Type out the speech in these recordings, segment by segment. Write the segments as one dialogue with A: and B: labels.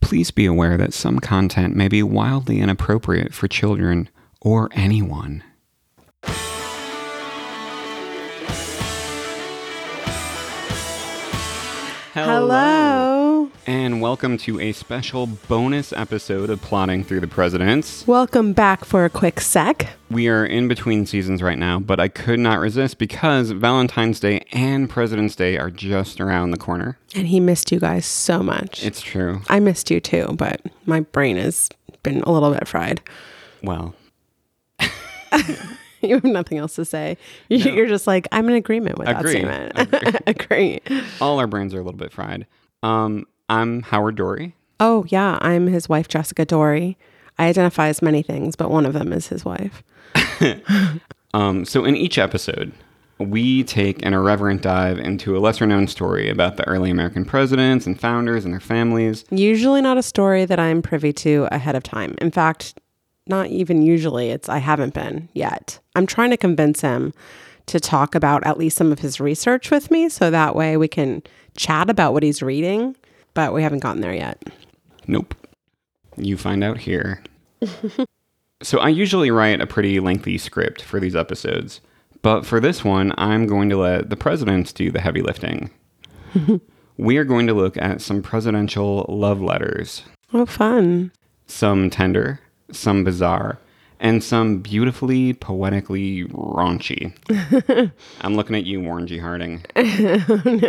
A: Please be aware that some content may be wildly inappropriate for children or anyone.
B: Hello.
A: And welcome to a special bonus episode of Plotting Through the Presidents.
B: Welcome back for a quick sec.
A: We are in between seasons right now, but I could not resist because Valentine's Day and President's Day are just around the corner.
B: And he missed you guys so much.
A: It's true.
B: I missed you too, but my brain has been a little bit fried.
A: Well,
B: You have nothing else to say. You- You're just like, I'm in agreement with
A: Agree.
B: that statement. Agree.
A: all our brains are a little bit fried. Um, I'm Howard Dory.
B: Oh, yeah. I'm his wife, Jessica Dory. I identify as many things, but one of them is his wife.
A: Um, so, in each episode, we take an irreverent dive into a lesser known story about the early American presidents and founders and their families.
B: Usually not a story that I'm privy to ahead of time. In fact, not even usually. It's I haven't been yet. I'm trying to convince him to talk about at least some of his research with me so that way we can chat about what he's reading, but we haven't gotten there yet.
A: Nope. You find out here. so, I usually write a pretty lengthy script for these episodes, but for this one, I'm going to let the presidents do the heavy lifting. we are going to look at some presidential love letters.
B: Oh, fun.
A: some tender, some bizarre, and some beautifully, poetically raunchy. I'm looking at you, Warren G. Harding. no.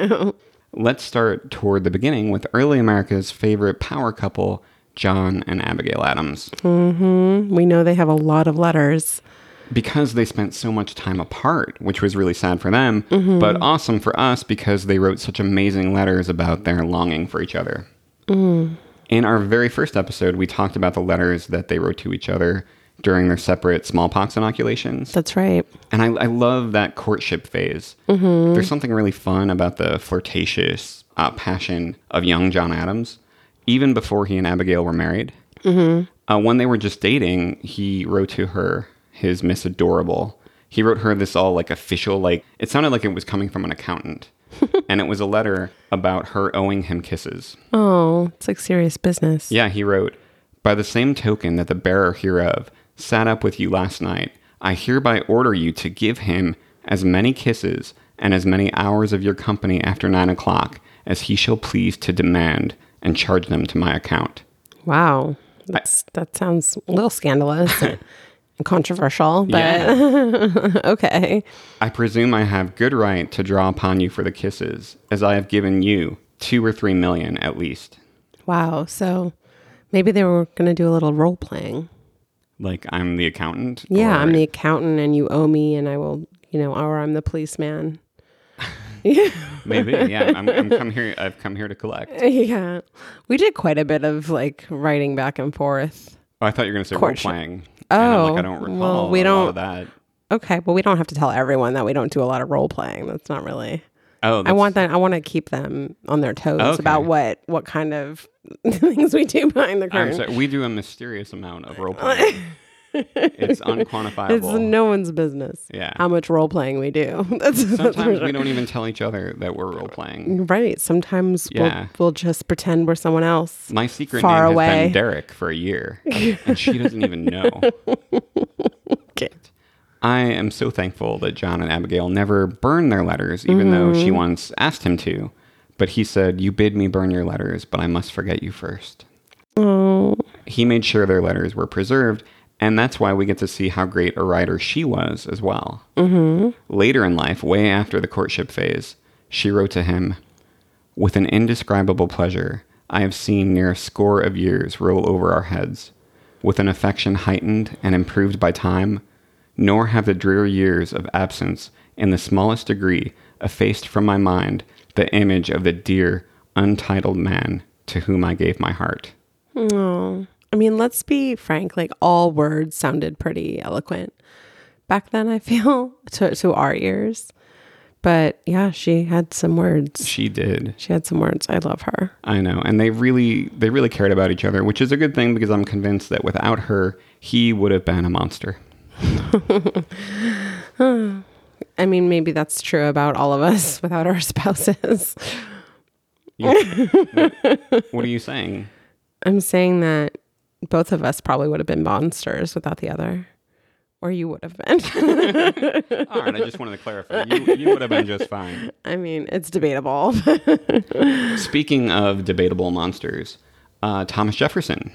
A: Let's start toward the beginning with early America's favorite power couple, John and Abigail Adams.
B: We know they have a lot of letters.
A: Because they spent so much time apart, which was really sad for them, but awesome for us because they wrote such amazing letters about their longing for each other. In our very first episode, we talked about the letters that they wrote to each other during their separate smallpox inoculations.
B: That's right.
A: And I, I love that courtship phase. There's something really fun about the flirtatious uh, passion of young John Adams, even before he and Abigail were married. Uh, when they were just dating, he wrote to her his Miss Adorable. He wrote her this all like official, like it sounded like it was coming from an accountant. and it was a letter about her owing him kisses.
B: Oh, it's like serious business.
A: Yeah, he wrote, By the same token that the bearer hereof sat up with you last night, I hereby order you to give him as many kisses and as many hours of your company after nine o'clock as he shall please to demand and charge them to my account.
B: Wow. That's, that sounds a little scandalous and controversial, but okay.
A: I presume I have good right to draw upon you for the kisses, as I have given you two or three million at least.
B: Wow. So maybe they were going to do a little role playing.
A: Like I'm the accountant.
B: Yeah, I'm
A: or-
B: the accountant and you owe me and I will, you know, or I'm the policeman.
A: maybe. Yeah, I'm, I'm come here. I've come here to collect.
B: yeah. We did quite a bit of like writing back and forth.
A: Oh, I thought you were going to say role
B: Courtship.
A: playing. And I'm like,
B: Oh,
A: I don't recall
B: well, we
A: a lot
B: don't-
A: of that.
B: Okay, well we don't have to tell everyone that we don't do a lot of role playing. That's not really
A: Oh,
B: I
A: that's-
B: want that I want to keep them on their toes
A: Okay.
B: about what what kind of things we do behind the
A: I'm
B: curtain.
A: sorry. We do a mysterious amount of role playing. it's unquantifiable.
B: It's no one's business
A: yeah.
B: how much role playing we do. That's, that's for
A: Sometimes
B: sure.
A: we don't even tell each other that we're role playing.
B: Right. Sometimes
A: Yeah.
B: we'll, we'll just pretend we're someone else.
A: My secret
B: Far
A: name has
B: away.
A: been Derek for a year, and she doesn't even know.
B: Okay.
A: I am so thankful that John and Abigail never burned their letters, even though
B: Mm-hmm.
A: she once asked him to. But he said, You bid me burn your letters, but I must forget you first.
B: Oh,
A: He made sure their letters were preserved, and that's why we get to see how great a writer she was as well. Later in life, way after the courtship phase, she wrote to him, With an indescribable pleasure, I have seen near a score of years roll over our heads. With an affection heightened and improved by time, nor have the dreary years of absence in the smallest degree effaced from my mind the image of the dear, untitled man to whom I gave my heart.
B: oh. I mean, let's be frank. Like all words sounded pretty eloquent back then. I feel to to our ears, but yeah, she had some words.
A: She did.
B: She had some words. I love her.
A: I know, and they really they really cared about each other, which is a good thing because I'm convinced that without her, he would have been a monster.
B: I mean, maybe that's true about all of us without our spouses.
A: What are you saying?
B: I'm saying that both of us probably would have been monsters without the other. Or you would have been.
A: All right, I just wanted to clarify. You, you would have been just fine.
B: I mean, it's debatable.
A: Speaking of debatable monsters, uh, Thomas Jefferson.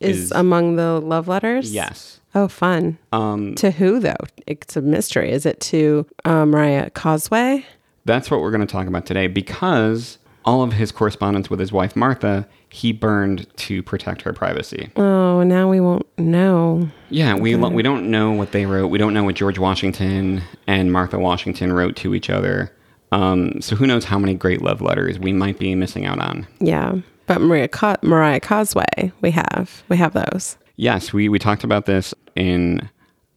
B: Is among the love letters?
A: Yes.
B: Oh, fun.
A: Um,
B: to who, though? It's a mystery. Is it to uh, Mariah Causeway?
A: That's what we're going to talk about today because all of his correspondence with his wife Martha, he burned to protect her privacy.
B: Oh, now we won't know.
A: Yeah, we lo- we don't know what they wrote. We don't know what George Washington and Martha Washington wrote to each other. Um, so who knows how many great love letters we might be missing out on?
B: Yeah. But Maria Ca- Mariah Causeway, we have. We have those.
A: Yes, we, we talked about this in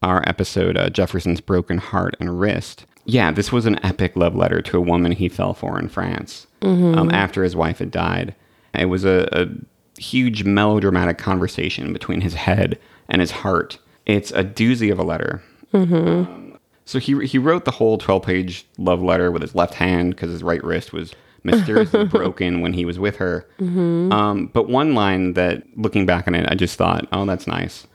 A: our episode, uh, Jefferson's Broken Heart and Wrist. Yeah, this was an epic love letter to a woman he fell for in France um, after his wife had died. It was a, a huge melodramatic conversation between his head and his heart. It's a doozy of a letter. Um, so he, he wrote the whole 12 page love letter with his left hand because his right wrist was mysteriously broken when he was with her. Um, but one line that, looking back on it, I just thought, oh, that's nice.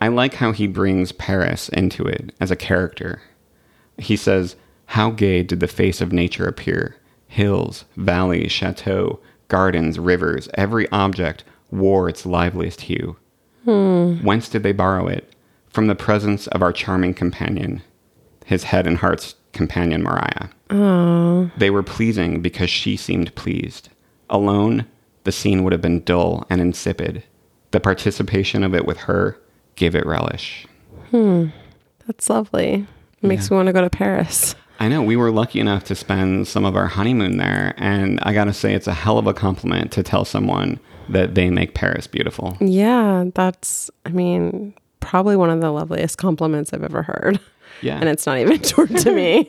A: I like how he brings Paris into it as a character. He says, How gay did the face of nature appear? Hills, valleys, chateaux, gardens, rivers, every object wore its liveliest hue. Whence did they borrow it? From the presence of our charming companion, his head and heart's companion, Maria. They were pleasing because she seemed pleased. Alone, the scene would have been dull and insipid. The participation of it with her gave it relish.
B: That's lovely. It makes me want to go to Paris.
A: I know we were lucky enough to spend some of our honeymoon there, and I gotta say, it's a hell of a compliment to tell someone that they make Paris beautiful.
B: Yeah, that's, I mean, probably one of the loveliest compliments I've ever heard.
A: Yeah.
B: And it's not even toward to me.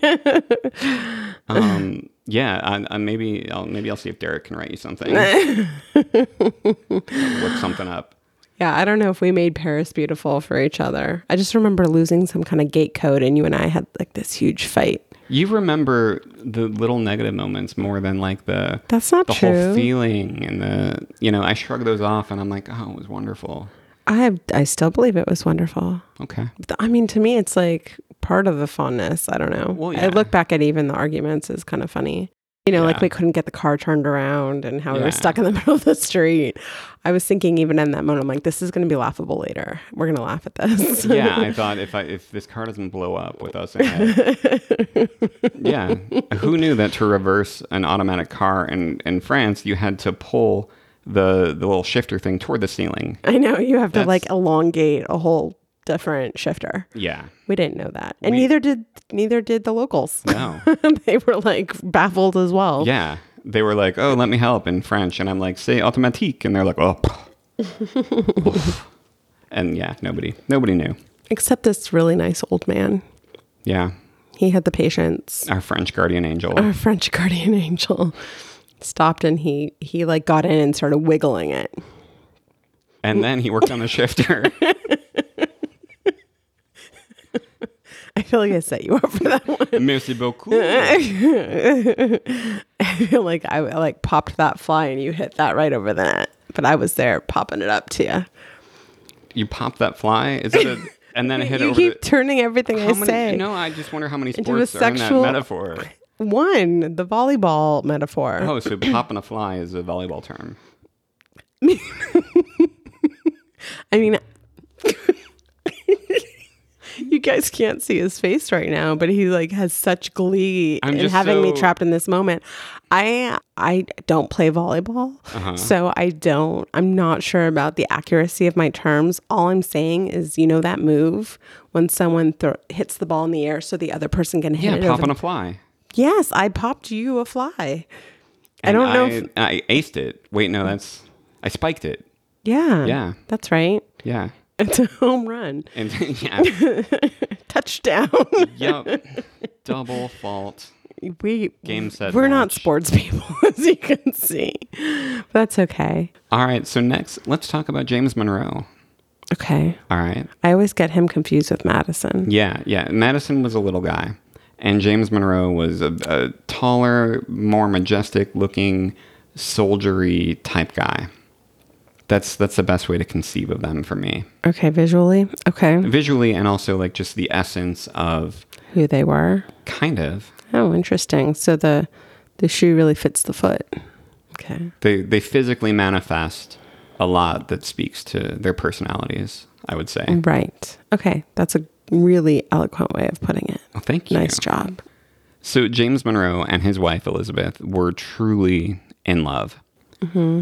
A: Um, yeah, I, I maybe I'll maybe I'll see if Derek can write you something. Look something up.
B: yeah, I don't know if we made Paris beautiful for each other. I just remember losing some kind of gate code, and you and I had like this huge fight.
A: You remember the little negative moments more than like the
B: That's not
A: the
B: true.
A: whole feeling and the you know I shrug those off and I'm like oh it was wonderful
B: I have, I still believe it was wonderful.
A: okay
B: But, I mean, to me, it's like part of the fondness. I don't know.
A: Well,
B: I
A: yeah.
B: look back at even the arguments is kind of funny. You know, like
A: Yeah.
B: we couldn't get the car turned around and how we
A: Yeah.
B: were stuck in the middle of the street. I was thinking even in that moment, I'm like, this is going to be laughable later. We're going to laugh at this.
A: yeah I thought if I if this car doesn't blow up with us in it yeah who knew that to reverse an automatic car in in France you had to pull the the little shifter thing toward the ceiling
B: I know you have
A: That's-
B: to like elongate a whole different shifter.
A: yeah
B: We didn't know that. And neither did neither did the locals.
A: no
B: they were like baffled as well.
A: yeah they were like oh let me help in French and I'm like say automatique and they're like oh Oof. and yeah nobody nobody knew
B: Except this really nice old man.
A: yeah
B: He had the patience.
A: our French guardian angel
B: our French guardian angel stopped and he he like got in and started wiggling it.
A: And then he worked on the shifter.
B: I feel like I set you up for that one.
A: Merci beaucoup.
B: I feel like I, I like popped that fly and you hit that right over the net. But I was there popping it up to you.
A: You pop that fly. Is it a, and then hit it
B: you
A: over
B: keep
A: the,
B: turning everything
A: how
B: I
A: many,
B: say.
A: No, I just wonder how many
B: a
A: sports are in that
B: sexual-
A: metaphor.
B: One, the volleyball metaphor.
A: Oh, so popping a fly is a volleyball term.
B: I mean, you guys can't see his face right now, but he like has such glee
A: I'm
B: in
A: just
B: having me
A: so-
B: trapped in this moment. I I don't play volleyball,
A: Uh-huh.
B: so I don't. I'm not sure about the accuracy of my terms. All I'm saying is, you know that move when someone thro hits the ball in the air so the other person can hit
A: Yeah,
B: it. over
A: popping
B: the-
A: a fly.
B: yes, I popped you a fly. I
A: And
B: don't know. if,
A: I aced it. Wait, no, that's I spiked it.
B: yeah,
A: Yeah.
B: that's right.
A: Yeah.
B: It's a home run,
A: And yeah.
B: touchdown.
A: Yep. Double fault.
B: we
A: Game set.
B: we're not
A: match.
B: sports people as you can see but that's okay
A: All right. So next, let's talk about James Monroe.
B: okay
A: All right.
B: i always get him confused with madison
A: Yeah, yeah. Madison was a little guy, and James Monroe was a, a taller, more majestic looking, soldiery type guy. That's that's the best way to conceive of them for me.
B: Okay, visually. Okay.
A: Visually and also like just the essence of
B: Who they were.
A: kind of
B: Oh, interesting. So the the shoe really fits the foot. Okay.
A: they they physically manifest a lot that speaks to their personalities, I would
B: Mm.
A: say.
B: Right. Okay. That's a really eloquent way of putting it.
A: Well, thank you.
B: Nice job.
A: So James Monroe and his wife Elizabeth were truly in love,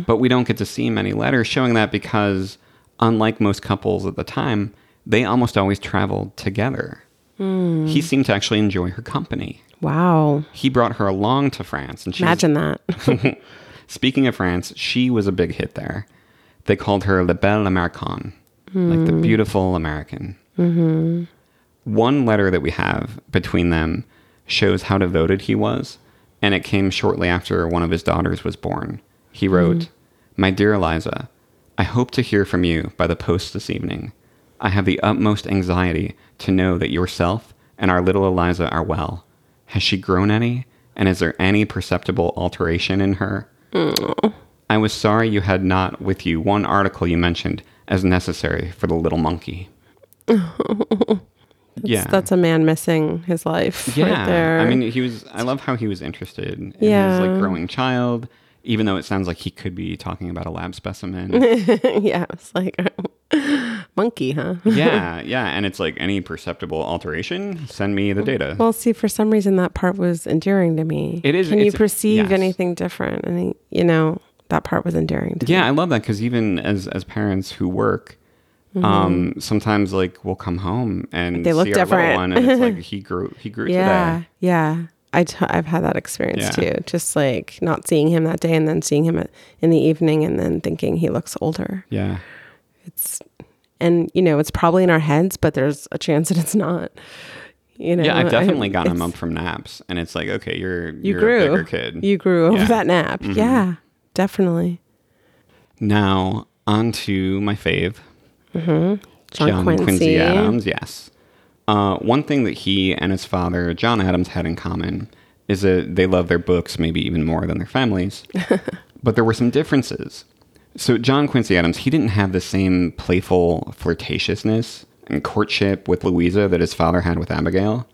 A: but we don't get to see many letters showing that because, unlike most couples at the time, they almost always traveled together. He seemed to actually enjoy her company.
B: Wow.
A: He brought her along to France, and she was-
B: Imagine that.
A: Speaking of France, she was a big hit there. They called her La Belle Americaine, like the beautiful American. Mm-hmm. One letter that we have between them shows how devoted he was, and it came shortly after one of his daughters was born. He wrote, My dear Eliza, I hope to hear from you by the post this evening. I have the utmost anxiety to know that yourself and our little Eliza are well. Has she grown any? And is there any perceptible alteration in her? I was sorry you had not with you one article you mentioned as necessary for the little monkey. yeah.
B: That's a man missing his life
A: yeah.
B: right there.
A: I mean, he was, I love how he was interested in his
B: Yeah.
A: like growing child, even though it sounds like he could be talking about a lab specimen.
B: yeah, it's like monkey, huh?
A: yeah. Yeah. And it's like any perceptible alteration, send me the data.
B: Well, see, for some reason that part was endearing to me.
A: It is-
B: Can you
A: it's-
B: perceive
A: yes.
B: anything different? And you know that part was endearing to me.
A: Yeah, I love that because even as as parents who work, um, sometimes like we'll come home and
B: Mm-hmm. They look
A: see our little
B: different.
A: one, and it's like he grew he grew
B: Yeah,
A: today.
B: yeah. I t- I've had that experience
A: Yeah.
B: too. Just like not seeing him that day, and then seeing him at, in the evening, and then thinking he looks older.
A: Yeah,
B: It's and you know it's probably in our heads, but there's a chance that it's not. You know,
A: yeah, I've definitely gotten him
B: it's-
A: up from naps, and it's like okay, you're
B: You
A: are
B: grew,
A: a bigger kid.
B: You grew over
A: Yeah. Mm-hmm.
B: that nap. Yeah, definitely.
A: now on to my fave,
B: Mm-hmm. John, Quincy.
A: Adams. Yes, uh, one thing that he and his father John Adams had in common is that they love their books maybe even more than their families, but there were some differences. So John Quincy Adams, he didn't have the same playful flirtatiousness and courtship with Louisa that his father had with Abigail.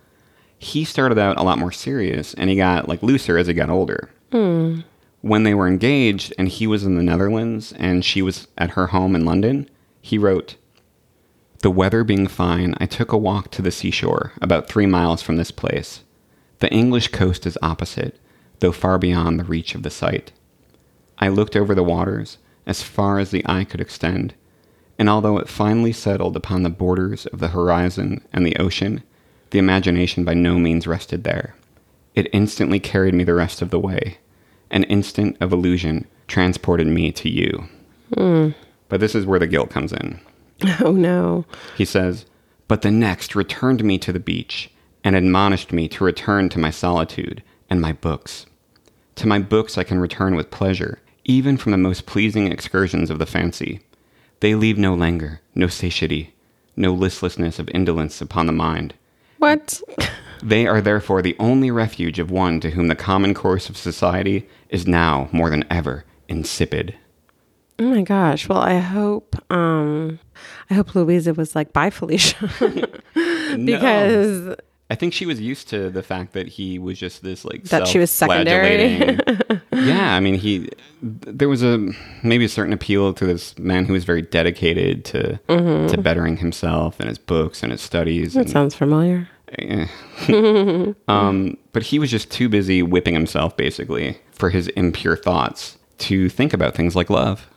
A: He started out a lot more serious and he got like looser as he got older. When they were engaged and he was in the Netherlands and she was at her home in London, he wrote, the weather being fine, I took a walk to the seashore, about three miles from this place. The English coast is opposite, though far beyond the reach of the sight. I looked over the waters, as far as the eye could extend, and although it finally settled upon the borders of the horizon and the ocean, the imagination by no means rested there. It instantly carried me the rest of the way. An instant of illusion transported me to you. But this is where the guilt comes in.
B: Oh no.
A: He says, But the next returned me to the beach and admonished me to return to my solitude and my books. To my books I can return with pleasure, even from the most pleasing excursions of the fancy. They leave no languor, no satiety, no listlessness of indolence upon the mind.
B: What?
A: They are therefore the only refuge of one to whom the common course of society is now, more than ever, insipid.
B: Oh my gosh. Well, I hope um I hope Louisa was like, "Bye, Felicia." because
A: I think she was used to the fact that he was just this like
B: That she was secondary.
A: self-flagellating- yeah, I mean he th- there was a maybe a certain appeal to this man who was very dedicated to
B: Mm-hmm.
A: to bettering himself and his books and his studies
B: that
A: and,
B: sounds familiar.
A: um but he was just too busy whipping himself basically for his impure thoughts to think about things like love.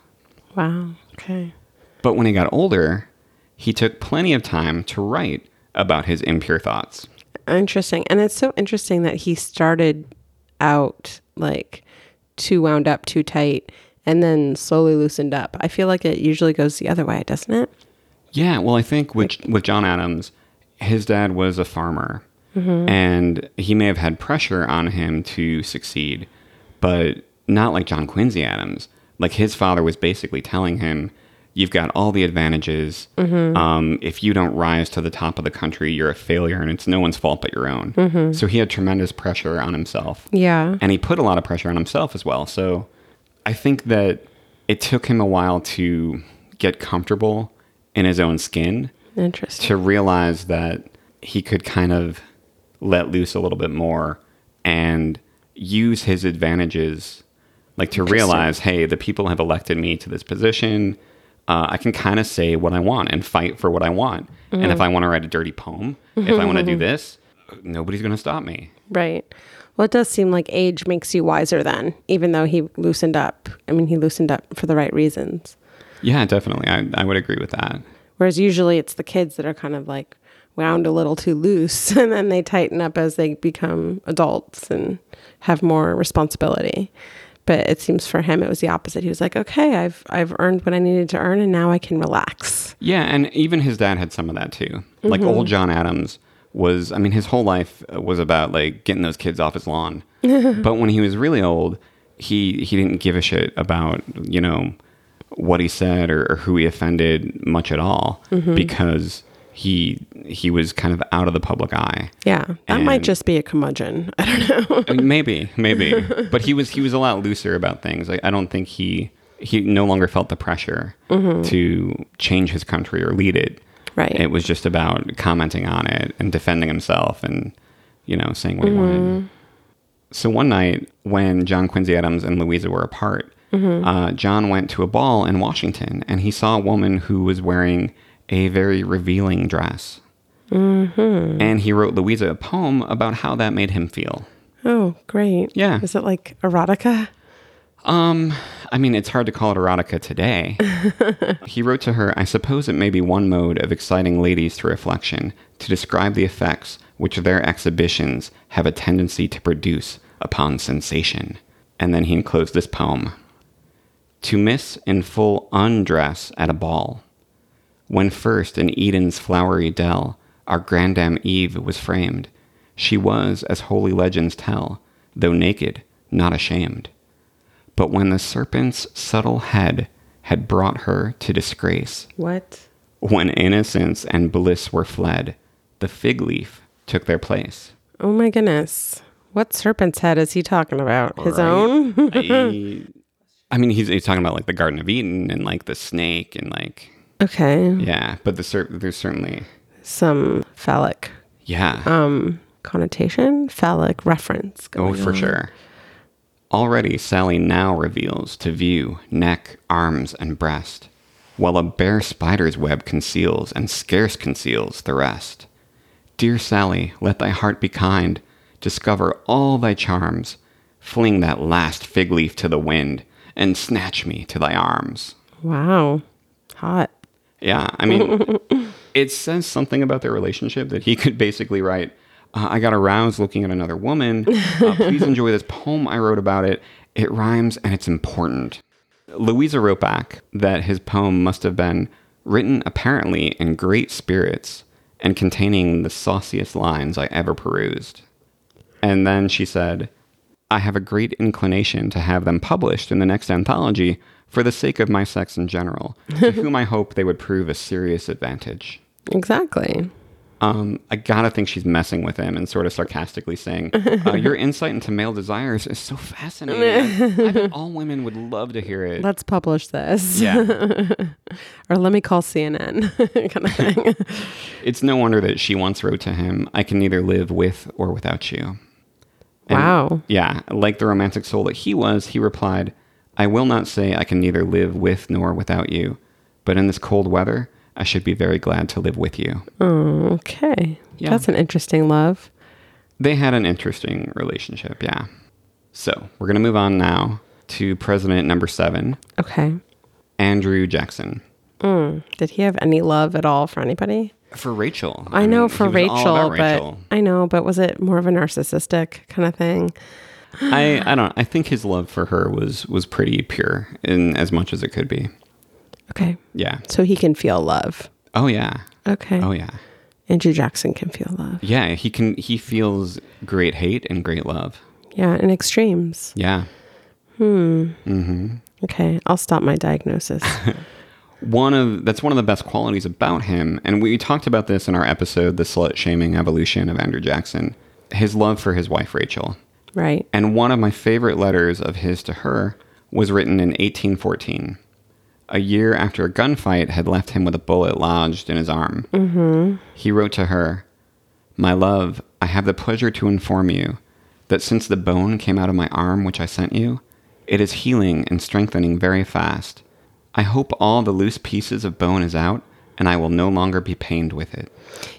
B: Wow. Okay.
A: But when he got older, he took plenty of time to write about his impure thoughts.
B: Interesting. And it's so interesting that he started out like too wound up, too tight, and then slowly loosened up. I feel like it usually goes the other way, doesn't it?
A: Yeah, well, I think with with John Adams, his dad was a farmer, and he may have had pressure on him to succeed, but not like John Quincy Adams. Like his father was basically telling him, "You've got all the advantages. Um, if you don't rise to the top of the country, you're a failure, and it's no one's fault but your own." So he had tremendous pressure on himself
B: Yeah.
A: and he put a lot of pressure on himself as well. So I think that it took him a while to get comfortable in his own skin
B: Interesting.
A: to realize that he could kind of let loose a little bit more and use his advantages like to realize hey the people have elected me to this position uh, i can kind of say what i want and fight for what i want and if i want to write a dirty poem if i want to do this nobody's going to stop me
B: Right. Well, it does seem like age makes you wiser then, even though he loosened up. I mean, he loosened up for the right reasons.
A: yeah definitely i, I would agree with that
B: Whereas usually it's the kids that are kind of like wound a little too loose and then they tighten up as they become adults and have more responsibility. But it seems for him it was the opposite. He was like, "Okay, I've I've earned what I needed to earn and now I can relax."
A: Yeah, and even his dad had some of that too. Like old John Adams was, I mean, his whole life uh, was about like getting those kids off his lawn. but when he was really old, he he didn't give a shit about you know what he said or, or who he offended much at all because he he was kind of out of the public eye.
B: Yeah. That might
A: And-
B: just be a curmudgeon. I don't know.
A: I mean, maybe, maybe. but he was he was a lot looser about things. Like I don't think he he no longer felt the pressure to change his country or lead it.
B: Right.
A: It was just about commenting on it and defending himself and you know saying what he wanted. So one night when John Quincy Adams and Louisa were apart, uh, John went to a ball in Washington and he saw a woman who was wearing a very revealing dress. And he wrote Louisa a poem about how that made him feel.
B: Oh, great.
A: Yeah.
B: Is it like erotica?
A: I mean, it's hard to call it erotica today. he wrote to her, I suppose it may be one mode of exciting ladies to reflection to describe the effects which their exhibitions have a tendency to produce upon sensation. And then he enclosed this poem To miss in full undress at a ball. When first in Eden's flowery dell our grandam Eve was framed, she was, as holy legends tell, though naked, not ashamed. But when the serpent's subtle head had brought her to disgrace,
B: What?
A: when innocence and bliss were fled, the fig leaf took their place.
B: Oh my goodness. What serpent's head is he talking about? His
A: Right.
B: own?
A: I, I mean, he's, he's talking about like the Garden of Eden and like the snake and like,
B: Okay.
A: yeah, but the serp there's certainly,
B: Some phallic
A: yeah.
B: um connotation, phallic reference.
A: Oh,
B: going
A: for
B: on.
A: sure. Already Sally now reveals to view neck, arms, and breast, while a bare spider's web conceals and scarce conceals the rest. Dear Sally, let thy heart be kind, discover all thy charms, fling that last fig leaf to the wind, and snatch me to thy arms.
B: Wow. Hot.
A: Yeah, I mean, it says something about their relationship that he could basically write, uh, I got aroused looking at another woman. Uh, please enjoy this poem I wrote about it. It rhymes and it's important. Louisa wrote back that his poem must have been written apparently in great spirits and containing the sauciest lines I ever perused. And then she said, I have a great inclination to have them published in the next anthology for the sake of my sex in general, to whom I hope they would prove a serious advantage.
B: Exactly.
A: Um, I gotta think she's messing with him and sort of sarcastically saying, uh, Your insight into male desires is so fascinating. I, I think all women would love to hear it.
B: Let's publish this.
A: yeah.
B: Or let me call CNN. kind of thing.
A: It's no wonder that she once wrote to him, I can neither live with or without you. And-
B: wow.
A: Yeah, like the romantic soul that he was, he replied, I will not say I can neither live with nor without you, but in this cold weather, I should be very glad to live with you.
B: Okay.
A: Yeah.
B: That's an interesting love.
A: They had an interesting relationship, yeah. So we're going to move on now to president number seven,
B: Okay.
A: Andrew Jackson.
B: Did he have any love at all for anybody?
A: For Rachel.
B: I know
A: mean,
B: for
A: Mm, he was all
B: Rachel,
A: about
B: but I know, but was it more of a narcissistic kind of thing?
A: I, I don't I think his love for her was was pretty pure in as much as it could be.
B: Okay.
A: Yeah.
B: So he can feel love.
A: Oh yeah.
B: Okay.
A: Oh yeah.
B: Andrew Jackson can feel love.
A: Yeah, he can. He feels great hate and great love.
B: Yeah, in extremes.
A: Yeah.
B: Okay, I'll stop my diagnosis.
A: One of that's one of the best qualities about him, and we talked about this in our episode, the slut shaming evolution of Andrew Jackson. His love for his wife Rachel,
B: right.
A: and one of my favorite letters of his to her was written in 1814, a year after a gunfight had left him with a bullet lodged in his arm. Mm-hmm. He wrote to her, My love, I have the pleasure to inform you that since the bone came out of my arm which I sent you, it is healing and strengthening very fast. I hope all the loose pieces of bone is out, and I will no longer be pained with it.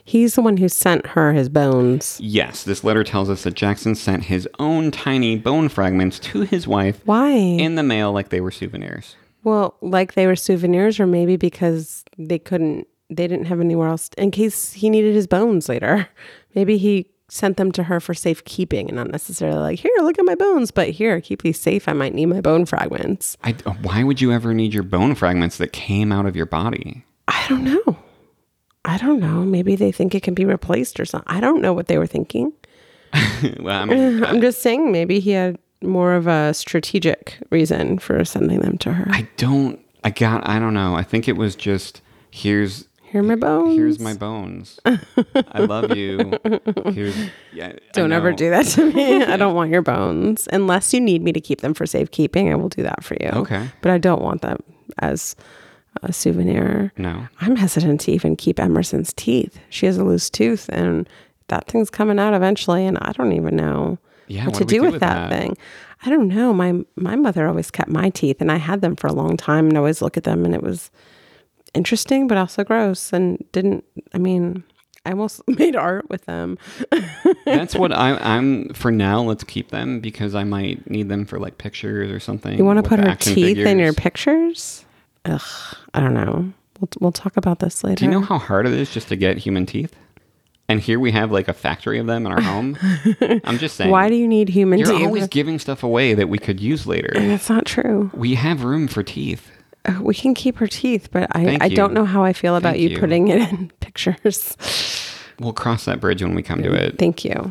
B: He's the one who sent her his bones.
A: Yes, this letter tells us that Jackson sent his own tiny bone fragments to his wife
B: Why?
A: in the mail like they were souvenirs.
B: well, like they were souvenirs, or maybe because they couldn't, they didn't have anywhere else in case he needed his bones later. Maybe he sent them to her for safekeeping and not necessarily like, here, look at my bones, but here, keep these safe. I might need my bone fragments.
A: I, why would you ever need your bone fragments that came out of your body?
B: I don't know. I don't know. Maybe they think it can be replaced or something. I don't know what they were thinking.
A: well, I mean,
B: I'm just saying maybe he had more of a strategic reason for sending them to her.
A: I don't. I got. I don't know. I think it was just here's
B: Here are my bones.
A: here's my bones. I love you. Here's, yeah, I
B: don't ever
A: know.
B: do that to me. I don't want your bones. Unless you need me to keep them for safekeeping, I will do that for you.
A: Okay.
B: But I don't want them as a souvenir.
A: No.
B: I'm hesitant to even keep Emerson's teeth. She has a loose tooth and that thing's coming out eventually and I don't even know
A: Yeah,
B: what
A: what
B: to
A: do we
B: do, with that,
A: that?
B: thing. I don't know. My my mother always kept my teeth and I had them for a long time and I always look at them and it was interesting but also gross and didn't I mean I almost made art with them.
A: That's what I, I'm for now. Let's keep them because I might need them for like pictures or something.
B: You want to
A: with
B: put
A: the
B: her
A: action
B: teeth in your
A: figures.
B: pictures? Ugh, I don't know. We'll, we'll talk about this later.
A: Do you know how hard it is just to get human teeth? And here we have like a factory of them in our home. I'm just saying.
B: Why do you need human
A: You're
B: teeth?
A: always giving stuff away that we could use later.
B: That's not true.
A: We have room for teeth.
B: Uh, We can keep her teeth, but I,
A: Thank
B: I
A: you.
B: don't know how I feel about
A: Thank
B: you,
A: you.
B: putting it in pictures.
A: We'll cross that bridge when we come to it.
B: Thank you.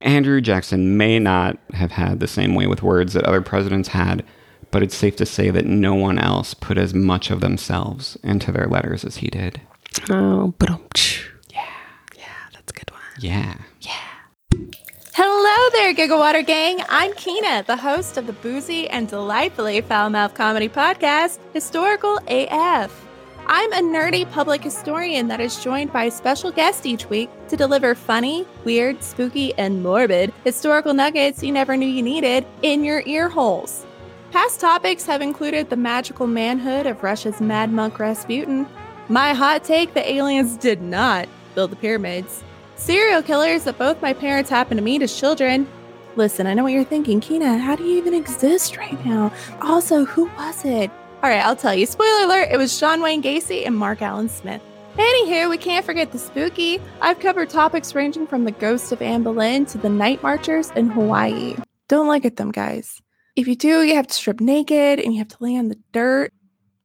A: Andrew Jackson may not have had the same way with words that other presidents had, but it's safe to say that no one else put as much of themselves into their letters as he did.
B: Oh, but yeah, yeah, that's a good one.
A: Yeah.
C: Hello there, Gigawater Gang. I'm Keena, the host of the boozy and delightfully foul mouthed comedy podcast, Historical AF. I'm a nerdy public historian that is joined by a special guest each week to deliver funny, weird, spooky, and morbid historical nuggets you never knew you needed in your ear holes. Past topics have included the magical manhood of Russia's mad monk Rasputin, my hot take the aliens did not build the pyramids, serial killers that both my parents happened to meet as children. Listen, I know what you're thinking, Kina. How do you even exist right now? Also, who was it? All right, I'll tell you. Spoiler alert, it was John Wayne Gacy and Mark Allen Smith. Anywho, we can't forget the spooky. I've covered topics ranging from the ghost of Anne Boleyn to the night marchers in Hawaii. Don't look at them, guys. If you do, you have to strip naked and you have to lay on the dirt.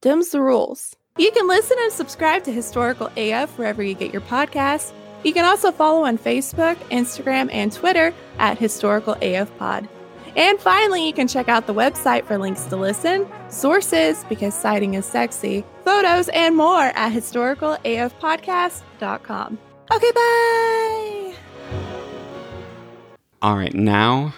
C: Them's the rules. You can listen and subscribe to Historical AF wherever you get your podcasts. You can also follow on Facebook, Instagram, and Twitter at Historical AF Pod. And finally, you can check out the website for links to listen, sources, because citing is sexy, photos, and more at historicalafpodcast.com. Okay, bye!
A: All right, now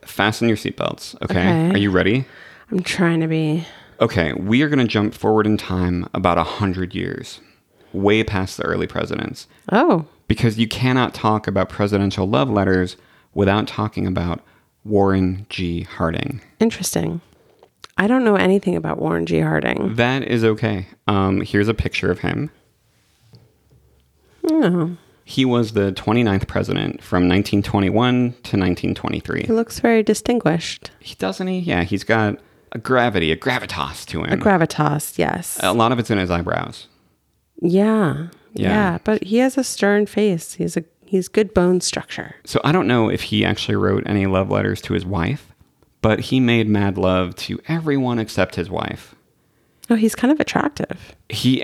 A: fasten your seatbelts, okay?
B: Okay.
A: Are you ready?
B: I'm trying to be.
A: Okay, we are going to jump forward in time about 100 years, way past the early presidents,
B: Oh,
A: because you cannot talk about presidential love letters without talking about Warren G. Harding.
B: interesting. I don't know anything about Warren G. Harding.
A: That is okay. Um, here's a picture of him.
B: Oh,
A: He was the 29th president from 1921 to 1923.
B: he looks very distinguished.
A: He doesn't he? Yeah, he's got a gravity, a gravitas to him.
B: Gravitas, yes.
A: a lot of it's in his eyebrows.
B: Yeah,
A: Yeah.
B: yeah. But he has a stern face. He's a he's good bone structure.
A: So I don't know if he actually wrote any love letters to his wife, but he made mad love to everyone except his wife.
B: Oh, he's kind of attractive.
A: He,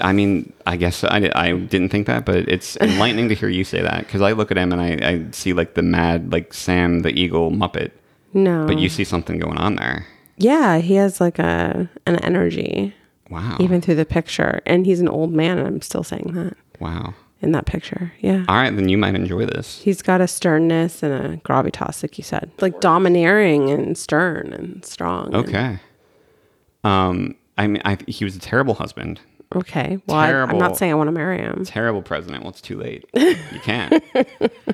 A: I mean, I guess I, I didn't think that, but it's enlightening to hear you say that because I look at him and I, I see like the mad, like Sam the Eagle Muppet,
B: No.
A: but you see something going on there.
B: Yeah, he has like a an energy
A: Wow.
B: even through the picture and he's an old man and I'm still saying that.
A: wow.
B: in that picture. Yeah.
A: All right, then you might enjoy this.
B: He's got a sternness and a gravitas, like you said, like domineering and stern and strong. and-
A: Okay. Um, I mean, I, he was a terrible husband,
B: okay. Well, I, I'm
A: Terrible.
B: not saying I want to marry him.
A: terrible president. Well, it's too late. You can't.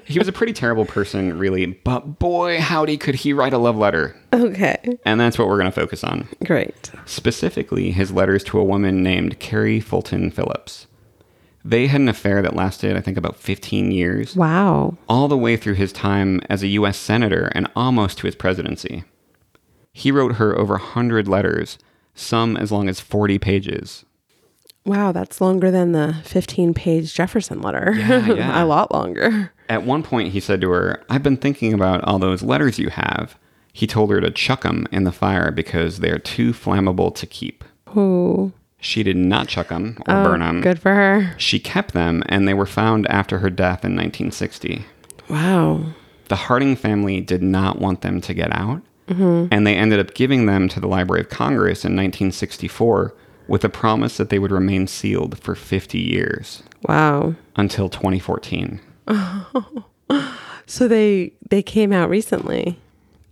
A: he was a pretty terrible person, really. But boy, howdy, could he write a love letter?
B: Okay.
A: And that's what we're going to focus on.
B: Great.
A: specifically his letters to a woman named Carrie Fulton Phillips. They had an affair that lasted, I think, about 15 years,
B: Wow.
A: all the way through his time as a U.S. Senator and almost to his presidency. He wrote her over 100 letters, some as long as 40 pages.
B: Wow. That's longer than the 15 page Jefferson letter.
A: Yeah, yeah.
B: a lot longer.
A: At one point, he said to her, I've been thinking about all those letters you have. He told her to chuck them in the fire because they are too flammable to keep.
B: Ooh.
A: She did not chuck them or
B: Oh,
A: burn them.
B: Good for her.
A: She kept them, and they were found after her death in 1960.
B: Wow.
A: The Harding family did not want them to get out,
B: Mm-hmm.
A: and they ended up giving them to the Library of Congress in 1964 with a promise that they would remain sealed for 50 years
B: Wow.
A: until 2014.
B: So they they came out recently,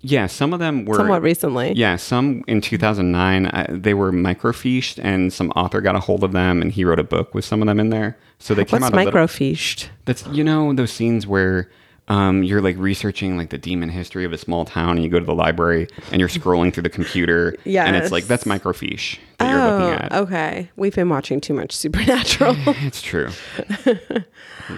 A: Yeah, some of them were.
B: somewhat recently.
A: Yeah, some in 2009, I, uh, they were microfished, and some author got a hold of them, and he wrote a book with some of them in there. So they came out
B: What's
A: a little-
B: microfiched?
A: That's you know those scenes where um, you're like researching like the demon history of a small town, and you go to the library and you're scrolling through the computer, and it's like
B: Yes. Oh,
A: that's microfiche that you're looking at.
B: okay. We've been watching too much Supernatural.
A: It's true.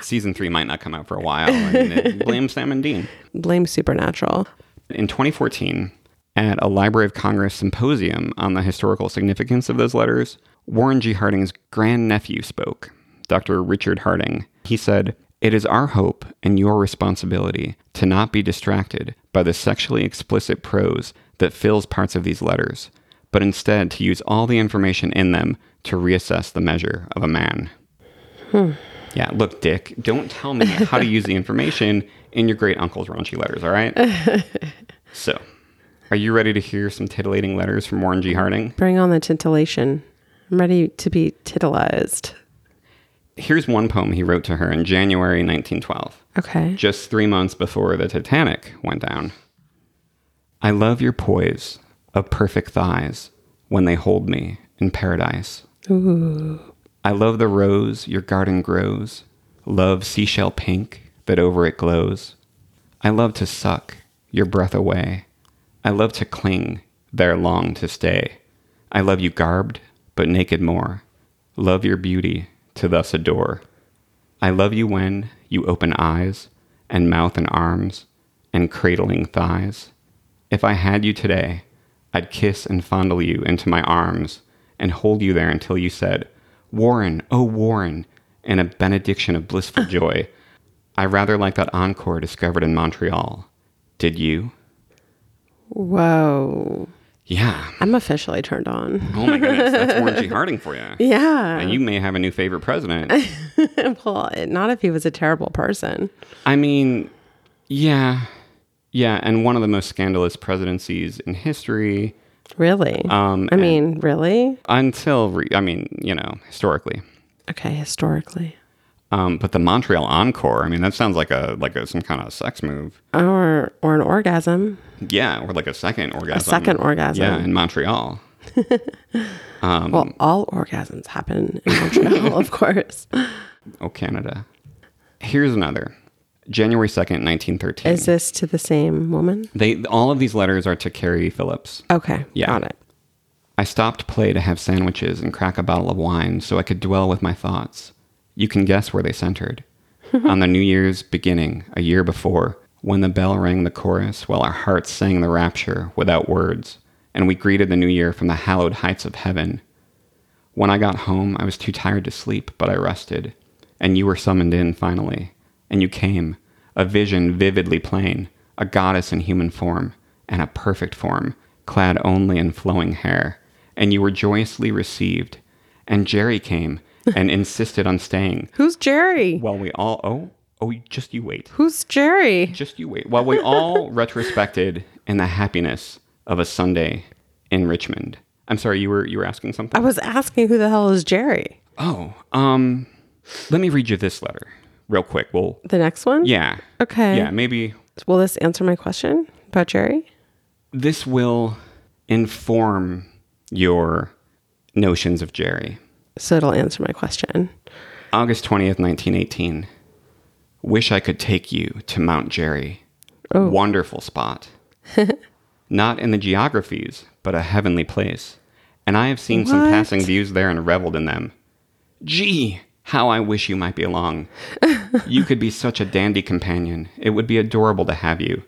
A: Season three might not come out for a while. And it- blame Sam and Dean.
B: Blame Supernatural.
A: In 2014, at a Library of Congress symposium on the historical significance of those letters, Warren G. Harding's grandnephew spoke, Dr. Richard Harding. He said, It is our hope and your responsibility to not be distracted by the sexually explicit prose that fills parts of these letters, but instead to use all the information in them to reassess the measure of a man. Yeah, look, Dick, don't tell me how to use the information in your great uncle's raunchy letters, all right? So, are you ready to hear some titillating letters from Warren G. Harding?
B: Bring on the titillation. I'm ready to be titillized.
A: Here's one poem he wrote to her in January 1912,
B: Okay.
A: just three months before the Titanic went down. I love your poise of perfect thighs when they hold me in paradise. I love the rose your garden grows, love seashell pink that over it glows. I love to suck your breath away. I love to cling there long to stay. I love you garbed, but naked more. Love your beauty to thus adore. I love you when you open eyes, and mouth and arms, and cradling thighs. If I had you today, I'd kiss and fondle you into my arms and hold you there until you said, Warren, oh Warren, in a benediction of blissful joy. I rather like that encore discovered in Montreal. Did you?
B: Whoa.
A: Yeah.
B: I'm officially turned on.
A: Oh my goodness, that's Warren G. Harding for you.
B: Yeah.
A: And you may have a new favorite president.
B: well, not if he was a terrible person.
A: I mean, yeah. Yeah, and one of the most scandalous presidencies in history
B: Really?
A: Um,
B: I mean, really?
A: until, re- I mean, you know, historically.
B: Okay, historically.
A: Um, but the Montreal Encore, I mean, that sounds like a like a some kind of sex move.
B: Or or an orgasm.
A: Yeah, or like a second orgasm.
B: second orgasm.
A: Yeah, in Montreal.
B: Well, all orgasms happen in Montreal, of course.
A: Oh, Canada. Here's another. January second, nineteen thirteen.
B: Is this to the same woman?
A: they all of these letters are to Carrie Phillips.
B: Okay,
A: Yeah.
B: got it.
A: I stopped play to have sandwiches and crack a bottle of wine so I could dwell with my thoughts. You can guess where they centered. On the New Year's beginning, a year before, when the bell rang the chorus while our hearts sang the rapture without words, and we greeted the new year from the hallowed heights of heaven. When I got home, I was too tired to sleep, but I rested, and you were summoned in finally, and you came, a vision vividly plain, a goddess in human form, and a perfect form, clad only in flowing hair, and you were joyously received, and Jerry came and insisted on staying.
B: Who's Jerry?
A: While we all oh oh you- just you wait.
B: Who's Jerry?
A: Just you wait. While we all retrospected in the happiness of a Sunday in Richmond. I'm sorry, you were you were asking something?
B: I was asking who the hell is Jerry?
A: Oh, um, Let me read you this letter real quick. Well,
B: The next one?
A: yeah.
B: Okay.
A: Yeah, maybe
B: Will this answer my question about Jerry?
A: this will inform your notions of Jerry.
B: So it'll answer my question.
A: August 20th, 1918. Wish I could take you to Mount Jerry. Wonderful spot. Not in the geographies, but a heavenly place. And I have seen some
B: What?
A: passing views there and reveled in them. Gee, how I wish you might be along. you could be such a dandy companion. It would be adorable to have you.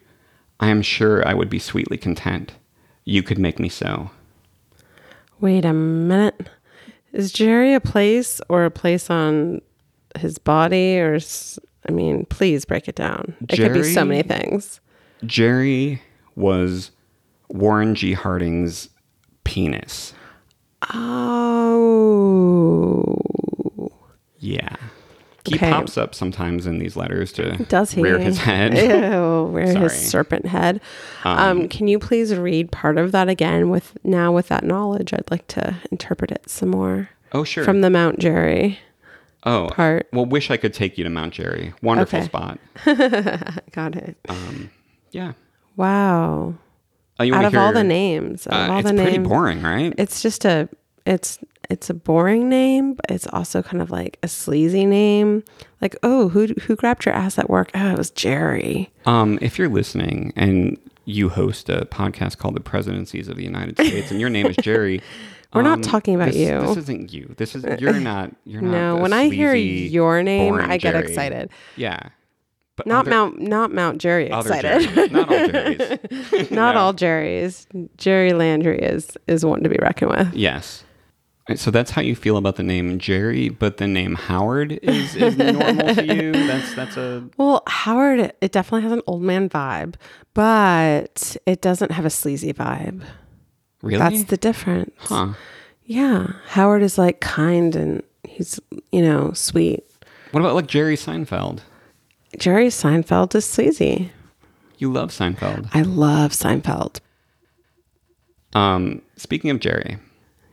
A: I am sure I would be sweetly content. You could make me so.
B: Wait a minute. Is Jerry a place or a place on his body or s- I mean, please break it down. It could be so
A: Jerry-
B: many things.
A: Jerry was Warren G. Harding's penis.
B: Oh.
A: Yeah. He
B: Okay.
A: pops up sometimes in these letters to
B: Does he?
A: rear his head.
B: Ew, rear
A: Sorry.
B: Oh, his serpent head. Um, can you please read part of that again with now with that knowledge? I'd like to interpret it some more.
A: Oh, sure.
B: From the Mount Jerry.
A: oh,
B: part.
A: Well, wish I could take you to Mount Jerry. Wonderful
B: Okay.
A: spot.
B: Got it.
A: Yeah.
B: Wow.
A: Oh, you
B: Out
A: wanna
B: of all
A: hear-
B: the names, out
A: uh,
B: of all
A: it's
B: the
A: pretty
B: names,
A: boring, right?
B: it's just a it's it's a boring name, but it's also kind of like a sleazy name. Like, oh, who who grabbed your ass at work? Oh, it was Jerry.
A: um, if you're listening and you host a podcast called The Presidencies of the United States and your name is Jerry.
B: We're not
A: um,
B: talking about
A: this-
B: you.
A: This isn't you. This is you're not you're not
B: No,
A: a
B: when I hear
A: sleazy,
B: your name,
A: boring
B: I get
A: Jerry.
B: excited.
A: Yeah. But
B: Not
A: other-
B: Mount not Mount Jerry
A: other
B: excited.
A: Jerrys. Not all Jerry's.
B: not all Jerry's. Jerry Landry is is one to be reckoned with.
A: Yes. So that's how you feel about the name Jerry, but the name Howard is, is normal to you. That's that's a
B: Well, Howard, it- it definitely has an old man vibe, but it doesn't have a sleazy vibe.
A: really
B: That's the difference.
A: huh.
B: Yeah, Howard is like kind and he's you know sweet.
A: What about like Jerry Seinfeld?
B: Jerry Seinfeld is sleazy.
A: You love Seinfeld.
B: I love Seinfeld.
A: Um, speaking of Jerry,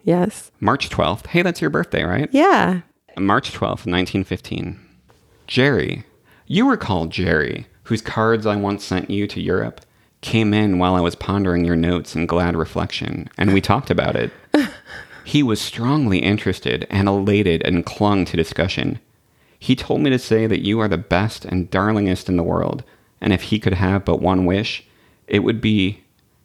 B: Yes.
A: March twelfth. Hey, that's your birthday, right?
B: Yeah.
A: March 12th, 1915. Jerry, you recall Jerry, whose cards I once sent you to Europe, came in while I was pondering your notes in glad reflection, and we talked about it. he was strongly interested and elated and clung to discussion. He told me to say that you are the best and darlingest in the world, and if he could have but one wish, it would be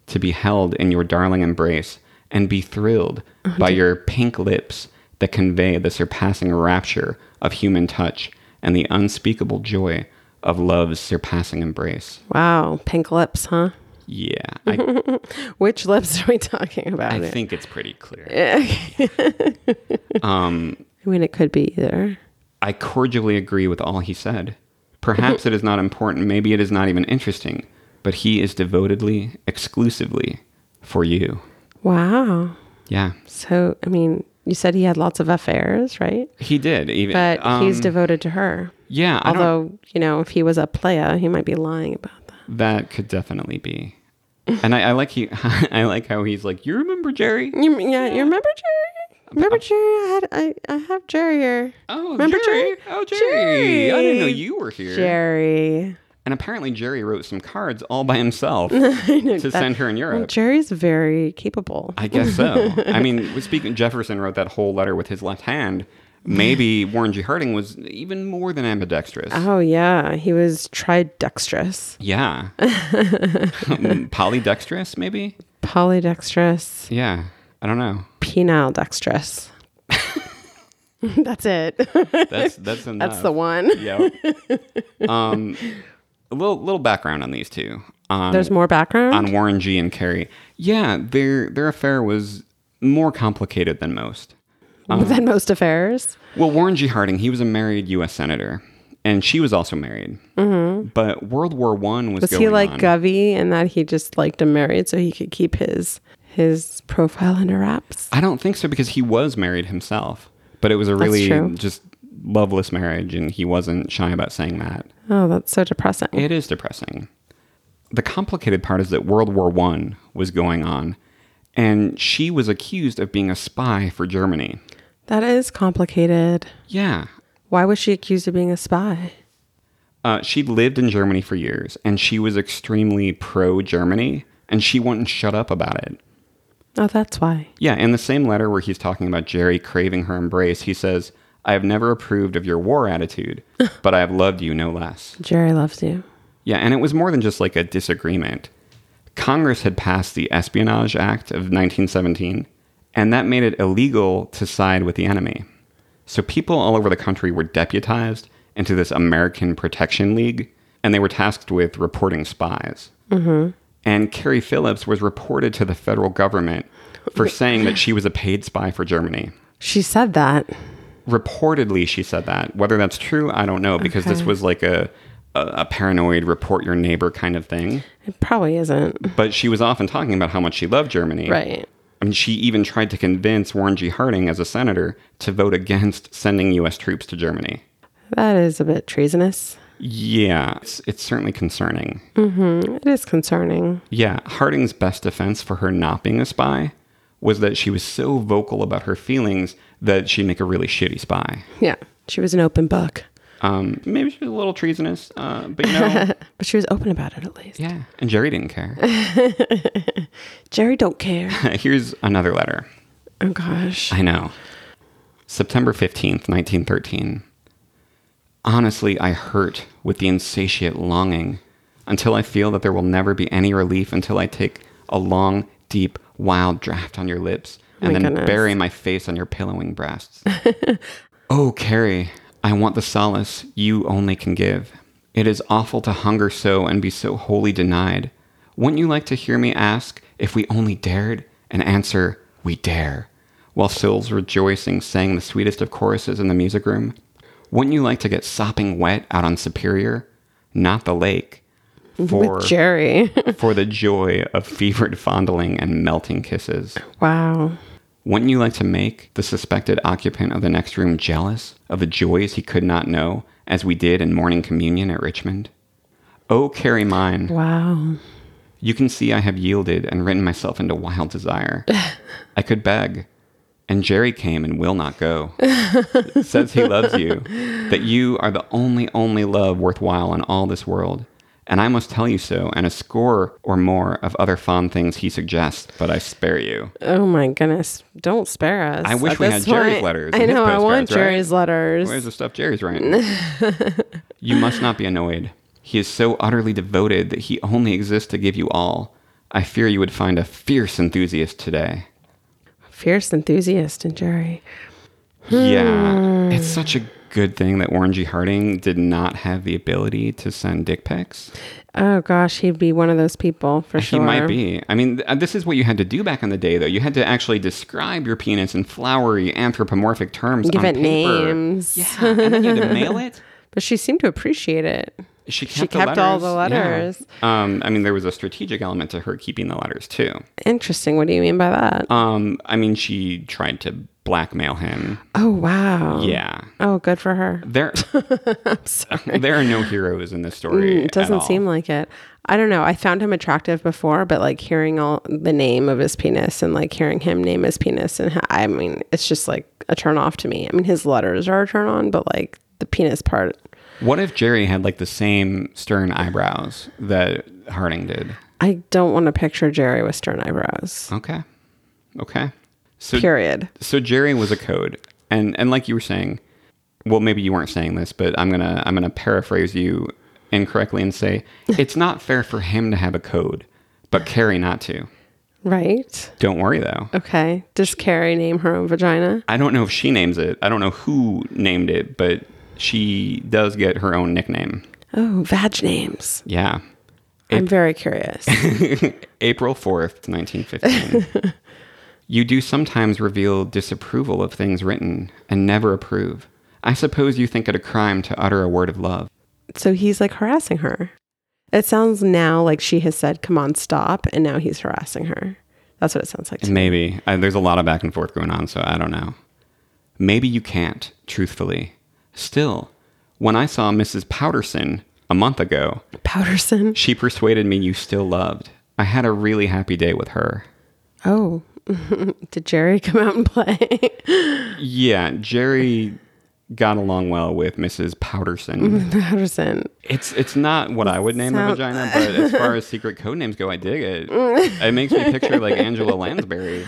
A: to be held in your darling embrace and be thrilled by your pink lips that convey the surpassing rapture of human touch and the unspeakable joy of love's surpassing embrace.
B: Wow. Pink lips, huh?
A: Yeah, I,
B: Which lips are we talking about?
A: I
B: here?
A: think it's pretty clear.
B: I mean, it could be either.
A: I cordially agree with all he said. Perhaps it is not important, maybe it is not even interesting, but he is devotedly, exclusively for you.
B: Wow.
A: Yeah,
B: So I mean, you said he had lots of affairs, right?
A: he did. Even,
B: But he's
A: um,
B: devoted to her.
A: yeah. I don't-
B: Although you know, if he was a playa, he might be lying about that.
A: That could definitely be. And I, I like he, I like how he's like, you remember Jerry?
B: You, yeah, you remember Jerry? Remember Jerry? I had I, I have Jerry here.
A: Oh,
B: Remember
A: Jerry?
B: Jerry?
A: Oh, Jerry. I didn't know
B: Jerry.
A: you were here.
B: Jerry.
A: And apparently Jerry wrote some cards all by himself to send her in
B: Well,
A: Europe.
B: Jerry's very capable.
A: I guess so. I mean, speaking Jefferson wrote that whole letter with his left hand. Maybe Warren G. Harding was even more than ambidextrous.
B: oh yeah, he was tridextrous,
A: Yeah. Polydextrous, maybe?
B: polydextrous,
A: Yeah. I don't know.
B: penile dextrous. That's it.
A: That's that's enough.
B: That's the one.
A: Yeah. um, a little little background on these two. On
B: There's more background.
A: on Warren G and Carrie. Yeah, their their affair was more complicated than most.
B: than most affairs.
A: Well, Warren G. Harding, he was a married U.S. senator, and she was also married. Mm-hmm. But World War One was,
B: Was
A: going
B: he like uh,
A: on.
B: Govey in that he just liked him married so he could keep his his profile under wraps?
A: I don't think so because he was married himself, but it was a really
B: true.
A: just loveless marriage, and he wasn't shy about saying that.
B: Oh, that's so depressing.
A: It is depressing. The complicated part is that World War One was going on, and she was accused of being a spy for Germany.
B: that is complicated.
A: Yeah.
B: Why was she accused of being a spy?
A: Uh, she lived in Germany for years, and she was extremely pro Germany, and she wouldn't shut up about it.
B: Oh, that's why.
A: Yeah, in the same letter where he's talking about Jerry craving her embrace, he says, I have never approved of your war attitude, but I have loved you no less.
B: Jerry loves you.
A: Yeah, and it was more than just like a disagreement. Congress had passed the Espionage Act of 1917, and that made it illegal to side with the enemy. So people all over the country were deputized into this American Protection League, and they were tasked with reporting spies. And Carrie Phillips was reported to the federal government for saying that she was a paid spy for Germany
B: She said that.
A: reportedly she said that whether that's true i don't know because this
B: Okay.
A: was like a, a a paranoid report your neighbor kind of thing
B: It probably isn't.
A: but she was often talking about how much she loved germany
B: Right.
A: i mean she even tried to convince warren g harding as a senator to vote against sending us troops to germany
B: That is a bit treasonous.
A: yeah it's, it's certainly concerning
B: It is concerning.
A: yeah harding's best defense for her not being a spy was that she was so vocal about her feelings that she'd make a really shitty spy
B: Yeah. She was an open book,
A: um, maybe she was a little treasonous uh, but you know
B: but she was open about it at least.
A: Yeah, and Jerry didn't care.
B: Jerry don't care.
A: Here's another letter.
B: Oh gosh.
A: I know. September 15th, 1913. Honestly, I hurt with the insatiate longing until I feel that there will never be any relief until I take a long, deep, wild draft on your lips and
B: Oh my
A: then
B: goodness.
A: bury my face on your pillowing breasts. oh, Carrie, I want the solace you only can give. It is awful to hunger so and be so wholly denied. Wouldn't you like to hear me ask if we only dared and answer, we dare? While Sills rejoicing sang the sweetest of choruses in the music room. Wouldn't you like to get sopping wet out on Superior? Not the lake. For,
B: With Jerry.
A: for the joy of fevered fondling and melting kisses.
B: wow.
A: Wouldn't you like to make the suspected occupant of the next room jealous of the joys he could not know, as we did in morning communion at Richmond? Oh, carry mine.
B: Wow.
A: You can see I have yielded and written myself into wild desire. I could beg. And Jerry came and will not go. Says he loves you, that you are the only, only love worthwhile in all this world. And I must tell you so, and a score or more of other fond things he suggests, but I spare you.
B: Oh my goodness. Don't spare us.
A: I wish
B: at
A: we had
B: this
A: Jerry's
B: point.
A: letters
B: I
A: and his
B: know. I want
A: postcards, right?
B: Jerry's letters.
A: Where's the stuff Jerry's writing? you must not be annoyed. He is so utterly devoted that he only exists to give you all. I fear you would find a fierce enthusiast today.
B: Fierce enthusiast in Jerry. Hmm.
A: Yeah. It's such a good thing that Warren G. Harding did not have the ability to send dick pics.
B: Oh gosh, he'd be one of those people for sure.
A: He might be. I mean, th- uh, this is what you had to do back in the day, though. You had to actually describe your penis in flowery, anthropomorphic terms.
B: Give
A: on
B: it
A: paper.
B: names.
A: Yeah. And then you had to mail it.
B: But she seemed to appreciate it.
A: She kept,
B: She kept
A: the
B: all the
A: yeah.
B: letters.
A: Um, I mean, there was a strategic element to her keeping the letters too.
B: Interesting. What do you mean by that?
A: Um, I mean, she tried to blackmail him.
B: oh wow.
A: Yeah,
B: Oh, good for her.
A: there. there are no heroes in this story.
B: Mm, It doesn't seem like it. I don't know. I found him attractive before, but like hearing all the name of his penis and like hearing him name his penis and ho- I mean, it's just like a turn off to me. I mean, his letters are a turn on, but like the penis part,
A: What if Jerry had like the same stern eyebrows that Harding did?
B: I don't want to picture Jerry with stern eyebrows.
A: Okay, okay. So
B: Period.
A: so Jerry was a code, and and like you were saying, well, maybe you weren't saying this, but I'm gonna I'm gonna paraphrase you incorrectly and say it's not fair for him to have a code, but Carrie not to.
B: Right?
A: Don't worry though.
B: Okay. Does Carrie name her own vagina?
A: I don't know if she names it. I don't know who named it, but she does get her own nickname.
B: Oh, vag names.
A: Yeah.
B: I'm very curious.
A: April 4th, 1915. you do sometimes reveal disapproval of things written and never approve. I suppose you think it a crime to utter a word of love.
B: so he's like harassing her. It sounds now like she has said, come on, stop. And now he's harassing her. That's what it sounds like to me.
A: Maybe. I, there's a lot of back and forth going on, so I don't know. Maybe you can't, truthfully. Still, when I saw Mrs. Powderson a month ago,
B: Powderson.
A: she persuaded me you still loved. I had a really happy day with her.
B: Oh, did Jerry come out and play?
A: Yeah, Jerry got along well with Mrs. Powderson.
B: Patterson.
A: it's it's not what I would name a
B: Sound-
A: vagina, but as far as secret code names go, I dig it. it makes me picture like Angela Lansbury.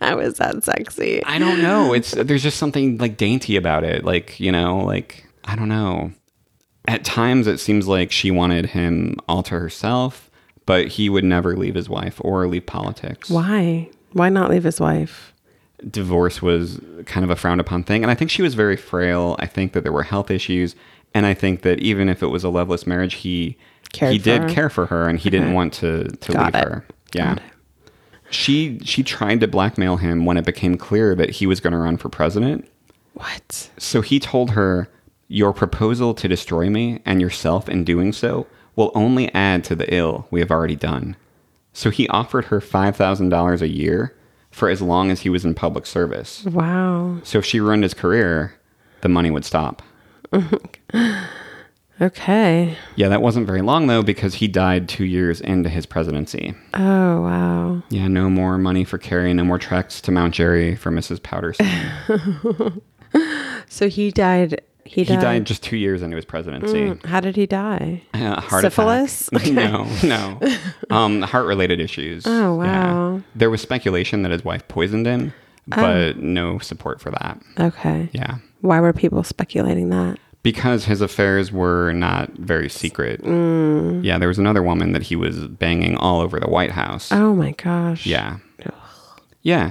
B: How is that sexy?
A: I don't know. It's there's just something like dainty about it. Like, you know, like I don't know. At times it seems like she wanted him all to herself, but he would never leave his wife or leave politics.
B: Why? Why not leave his wife?
A: Divorce was kind of a frowned upon thing, and I think she was very frail. I think that there were health issues, and I think that even if it was a loveless marriage, he
B: Cared
A: he
B: for
A: did
B: her. Mm-hmm.
A: care for her and he didn't want to to
B: Got
A: leave
B: it.
A: her. Yeah. She she tried to blackmail him when it became clear that he was going to run for president.
B: What?
A: So he told her, Your proposal to destroy me and yourself in doing so will only add to the ill we have already done. So he offered her $5,000 a year for as long as he was in public service.
B: Wow.
A: So if she ruined his career, the money would stop.
B: Okay.
A: Yeah, that wasn't very long though, because he died two years into his presidency.
B: Oh, wow.
A: Yeah, no more money for Carrie, no more treks to Mount Jerry for Mrs. Powderson.
B: So he died. He
A: he
B: died. Mm.
A: died just two years into his presidency.
B: How did he die?
A: Uh, heart
B: Syphilis?
A: attack. no, no. Um, heart related issues.
B: Oh,
A: Yeah.
B: wow. Um,
A: There was speculation that his wife poisoned him, but no support for that.
B: Okay.
A: Yeah.
B: Why were people speculating that?
A: Because his affairs were not very secret.
B: Mm.
A: Yeah, there was another woman that he was banging all over the White House.
B: Oh my gosh.
A: Yeah. Yeah.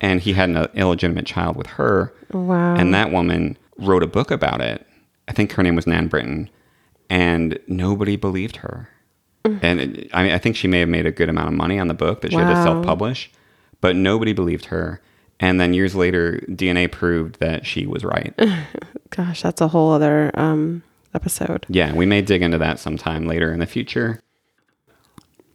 A: And he had an illegitimate child with her.
B: Wow.
A: And that woman wrote a book about it. I think her name was Nan Britton, and nobody believed her. And it, I mean, I think she may have made a good amount of money on the book that she had to
B: Wow.
A: self-publish, but nobody believed her. And then years later, DNA proved that she was right.
B: gosh, that's a whole other um episode.
A: yeah, we may dig into that sometime later in the future.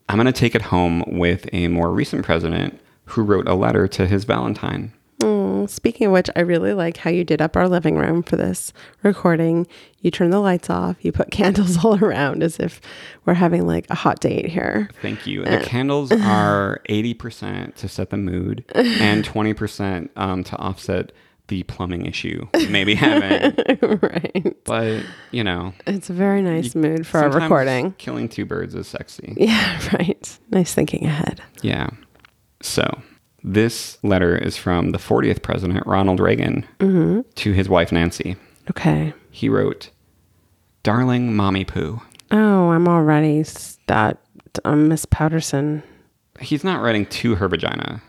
A: I'm going to take it home with a more recent president who wrote a letter to his Valentine.
B: Mm, Speaking of which, I really like how you did up our living room for this recording. You turned the lights off, you put candles all around as if we're having like a hot date here.
A: Thank you.
B: Uh,
A: The candles are 80% to set the mood and 20% um, to offset the plumbing issue. we Maybe having,
B: right.
A: but you know,
B: It's a very nice mood for our
A: sometimes
B: recording.
A: Killing two birds is sexy.
B: Yeah, right. Nice thinking ahead.
A: Yeah. So this letter is from the 40th president, Ronald Reagan,
B: Mm-hmm.
A: to his wife, Nancy.
B: Okay.
A: He wrote, Darling Mommy Pooh.
B: Oh, I'm already s- that um, Miss Powderson.
A: He's not writing to her vagina.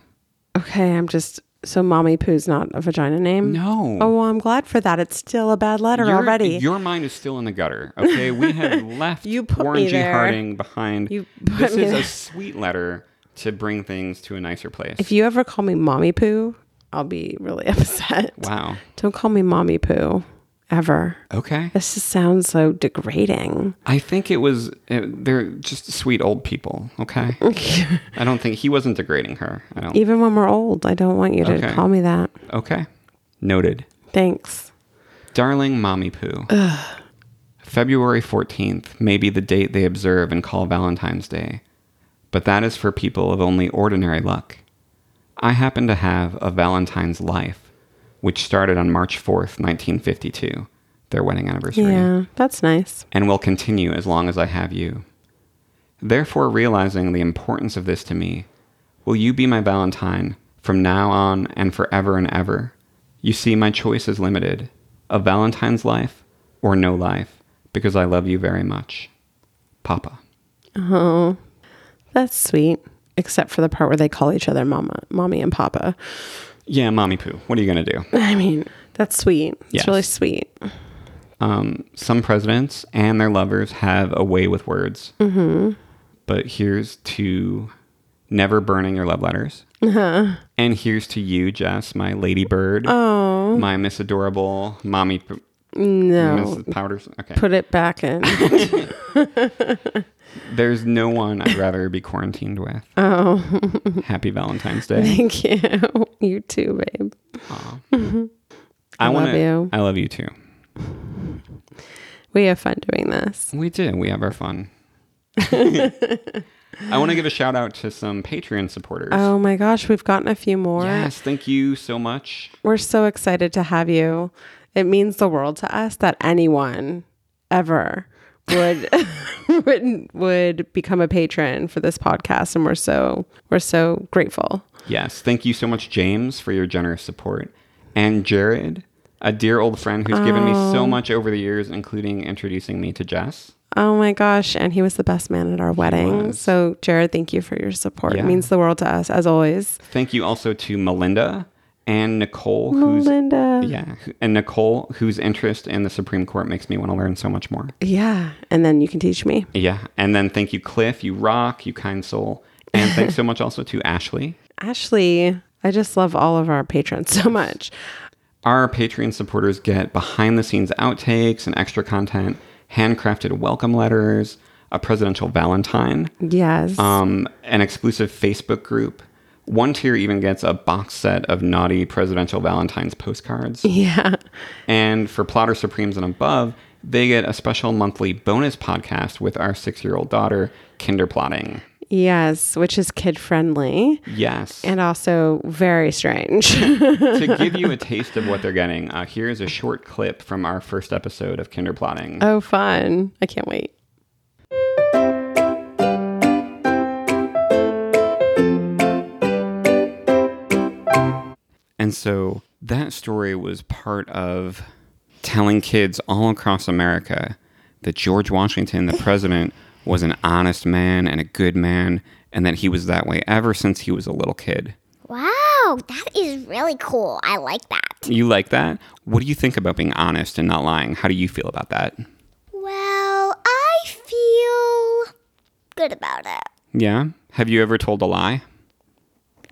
B: Okay, I'm just so mommy poo's not a vagina name.
A: No.
B: Oh, well, I'm glad for that. It's still a bad letter
A: Your-
B: already.
A: Your mind is still in the gutter. Okay, we have left
B: You put
A: Warren
B: me
A: G.
B: there.
A: Harding behind.
B: You put
A: this
B: me
A: is a
B: there.
A: sweet letter to bring things to a nicer place.
B: if you ever call me mommy poo, I'll be really upset.
A: wow.
B: Don't call me mommy poo ever.
A: Okay.
B: This just sounds so degrading.
A: I think it was it, they're just sweet old people. Okay. I don't think he wasn't degrading her. I don't.
B: Even when we're old, I don't want you to
A: Okay.
B: call me that.
A: Okay. Noted.
B: Thanks.
A: Darling Mommy Poo. February 14th may be the date they observe and call Valentine's Day, but that is for people of only ordinary luck. I happen to have a Valentine's life, which started on March 4th, 1952, their wedding anniversary,
B: Yeah, that's nice.
A: and will continue as long as I have you. Therefore, realizing the importance of this to me, will you be my Valentine from now on and forever and ever? You see, my choice is limited a Valentine's life or no life, because I love you very much. Papa.
B: Oh, That's sweet. Except for the part where they call each other mama, mommy and papa.
A: Yeah, mommy poo. What are you going to do?
B: I mean, that's sweet. It's
A: Yes.
B: really sweet.
A: Um, Some presidents and their lovers have a way with words. Mm-hmm. But here's to never burning your love letters.
B: Uh-huh.
A: And here's to you, Jess, my ladybird. Oh. My miss adorable mommy. Poo-
B: No.
A: Miss Powders. Okay.
B: Put it back in.
A: There's no one I'd rather be quarantined with. Oh. Happy Valentine's Day.
B: Thank you. You too, babe.
A: I,
B: love
A: want to.
B: you.
A: I love you too.
B: We have fun doing this.
A: We do. We have our fun. I want to give a shout out to some Patreon supporters.
B: Oh my gosh, we've gotten a few more.
A: yes, thank you so much.
B: We're so excited to have you. It means the world to us that anyone ever would would would become a patron for this podcast and we're so we're so grateful.
A: Yes, thank you so much, James, for your generous support. And Jared, a dear old friend who's given me so much over the years, including introducing me to Jess.
B: Oh my gosh, and he was the best man at our wedding.
A: was.
B: So Jared, thank you for your support.
A: Yeah.
B: It means the world to us as always.
A: Thank you also to Melinda and Nicole, who's
B: Melinda.
A: yeah, who- and Nicole, whose interest in the Supreme Court makes me want to learn so much more.
B: Yeah, and then you can teach me.
A: Yeah, and then thank you, Cliff. You rock. You kind soul. And thanks so much also to Ashley.
B: Ashley, I just love all of our patrons so much.
A: Our Patreon supporters get behind the scenes outtakes and extra content, handcrafted welcome letters, a presidential Valentine,
B: Yes.
A: um, an exclusive Facebook group. One tier even gets a box set of naughty presidential Valentine's postcards.
B: yeah.
A: And for Plotter Supremes and above, they get a special monthly bonus podcast with our six year old daughter, Kinder Plotting.
B: Yes, which is kid friendly
A: Yes.
B: and also very strange.
A: to give you a taste of what they're getting, uh, here's a short clip from our first episode of Kinder Plotting.
B: oh, fun. I can't wait.
A: And so that story was part of telling kids all across America that George Washington, the president, was an honest man and a good man, and that he was that way ever since he was a little kid.
D: Wow, that is really cool. I like that.
A: You like that? What do you think about being honest and not lying? How do you feel about that?
D: Well, I feel good about it.
A: Yeah? Have you ever told a lie?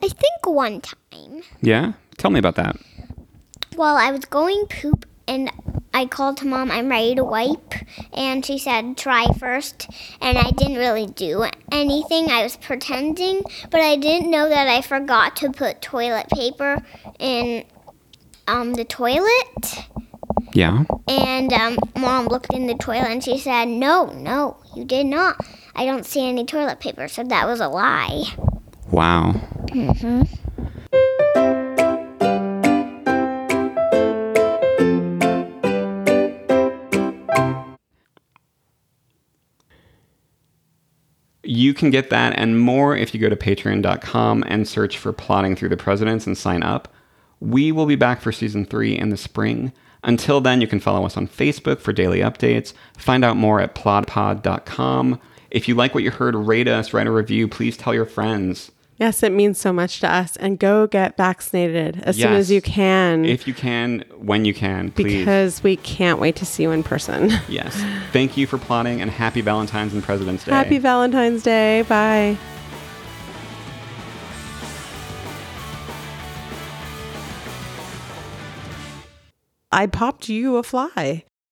D: I think one time,
A: Yeah? Tell me about that.
D: well, I was going poop and I called to mom, I'm ready to wipe. And she said, try first. And I didn't really do anything. I was pretending, but I didn't know that I forgot to put toilet paper in um, the toilet.
A: Yeah?
D: And um, mom looked in the toilet and she said, No, no, you did not. I don't see any toilet paper, so that was a lie.
A: Wow. Mm-hmm. You can get that and more if you go to patreon.com and search for Plotting Through the Presidents and sign up. We will be back for season three in the spring. Until then, you can follow us on Facebook for daily updates. Find out more at plodpod.com. If you like what you heard, rate us, write a review, please tell your friends.
B: Yes, it means so much to us. And go get vaccinated as soon as
A: Yes.
B: you can
A: If you can, when you can, please.
B: because we can't wait to see you in person.
A: yes. Thank you for plotting and happy Valentine's and President's Day.
B: Happy Valentine's Day. Bye. I popped you a fly.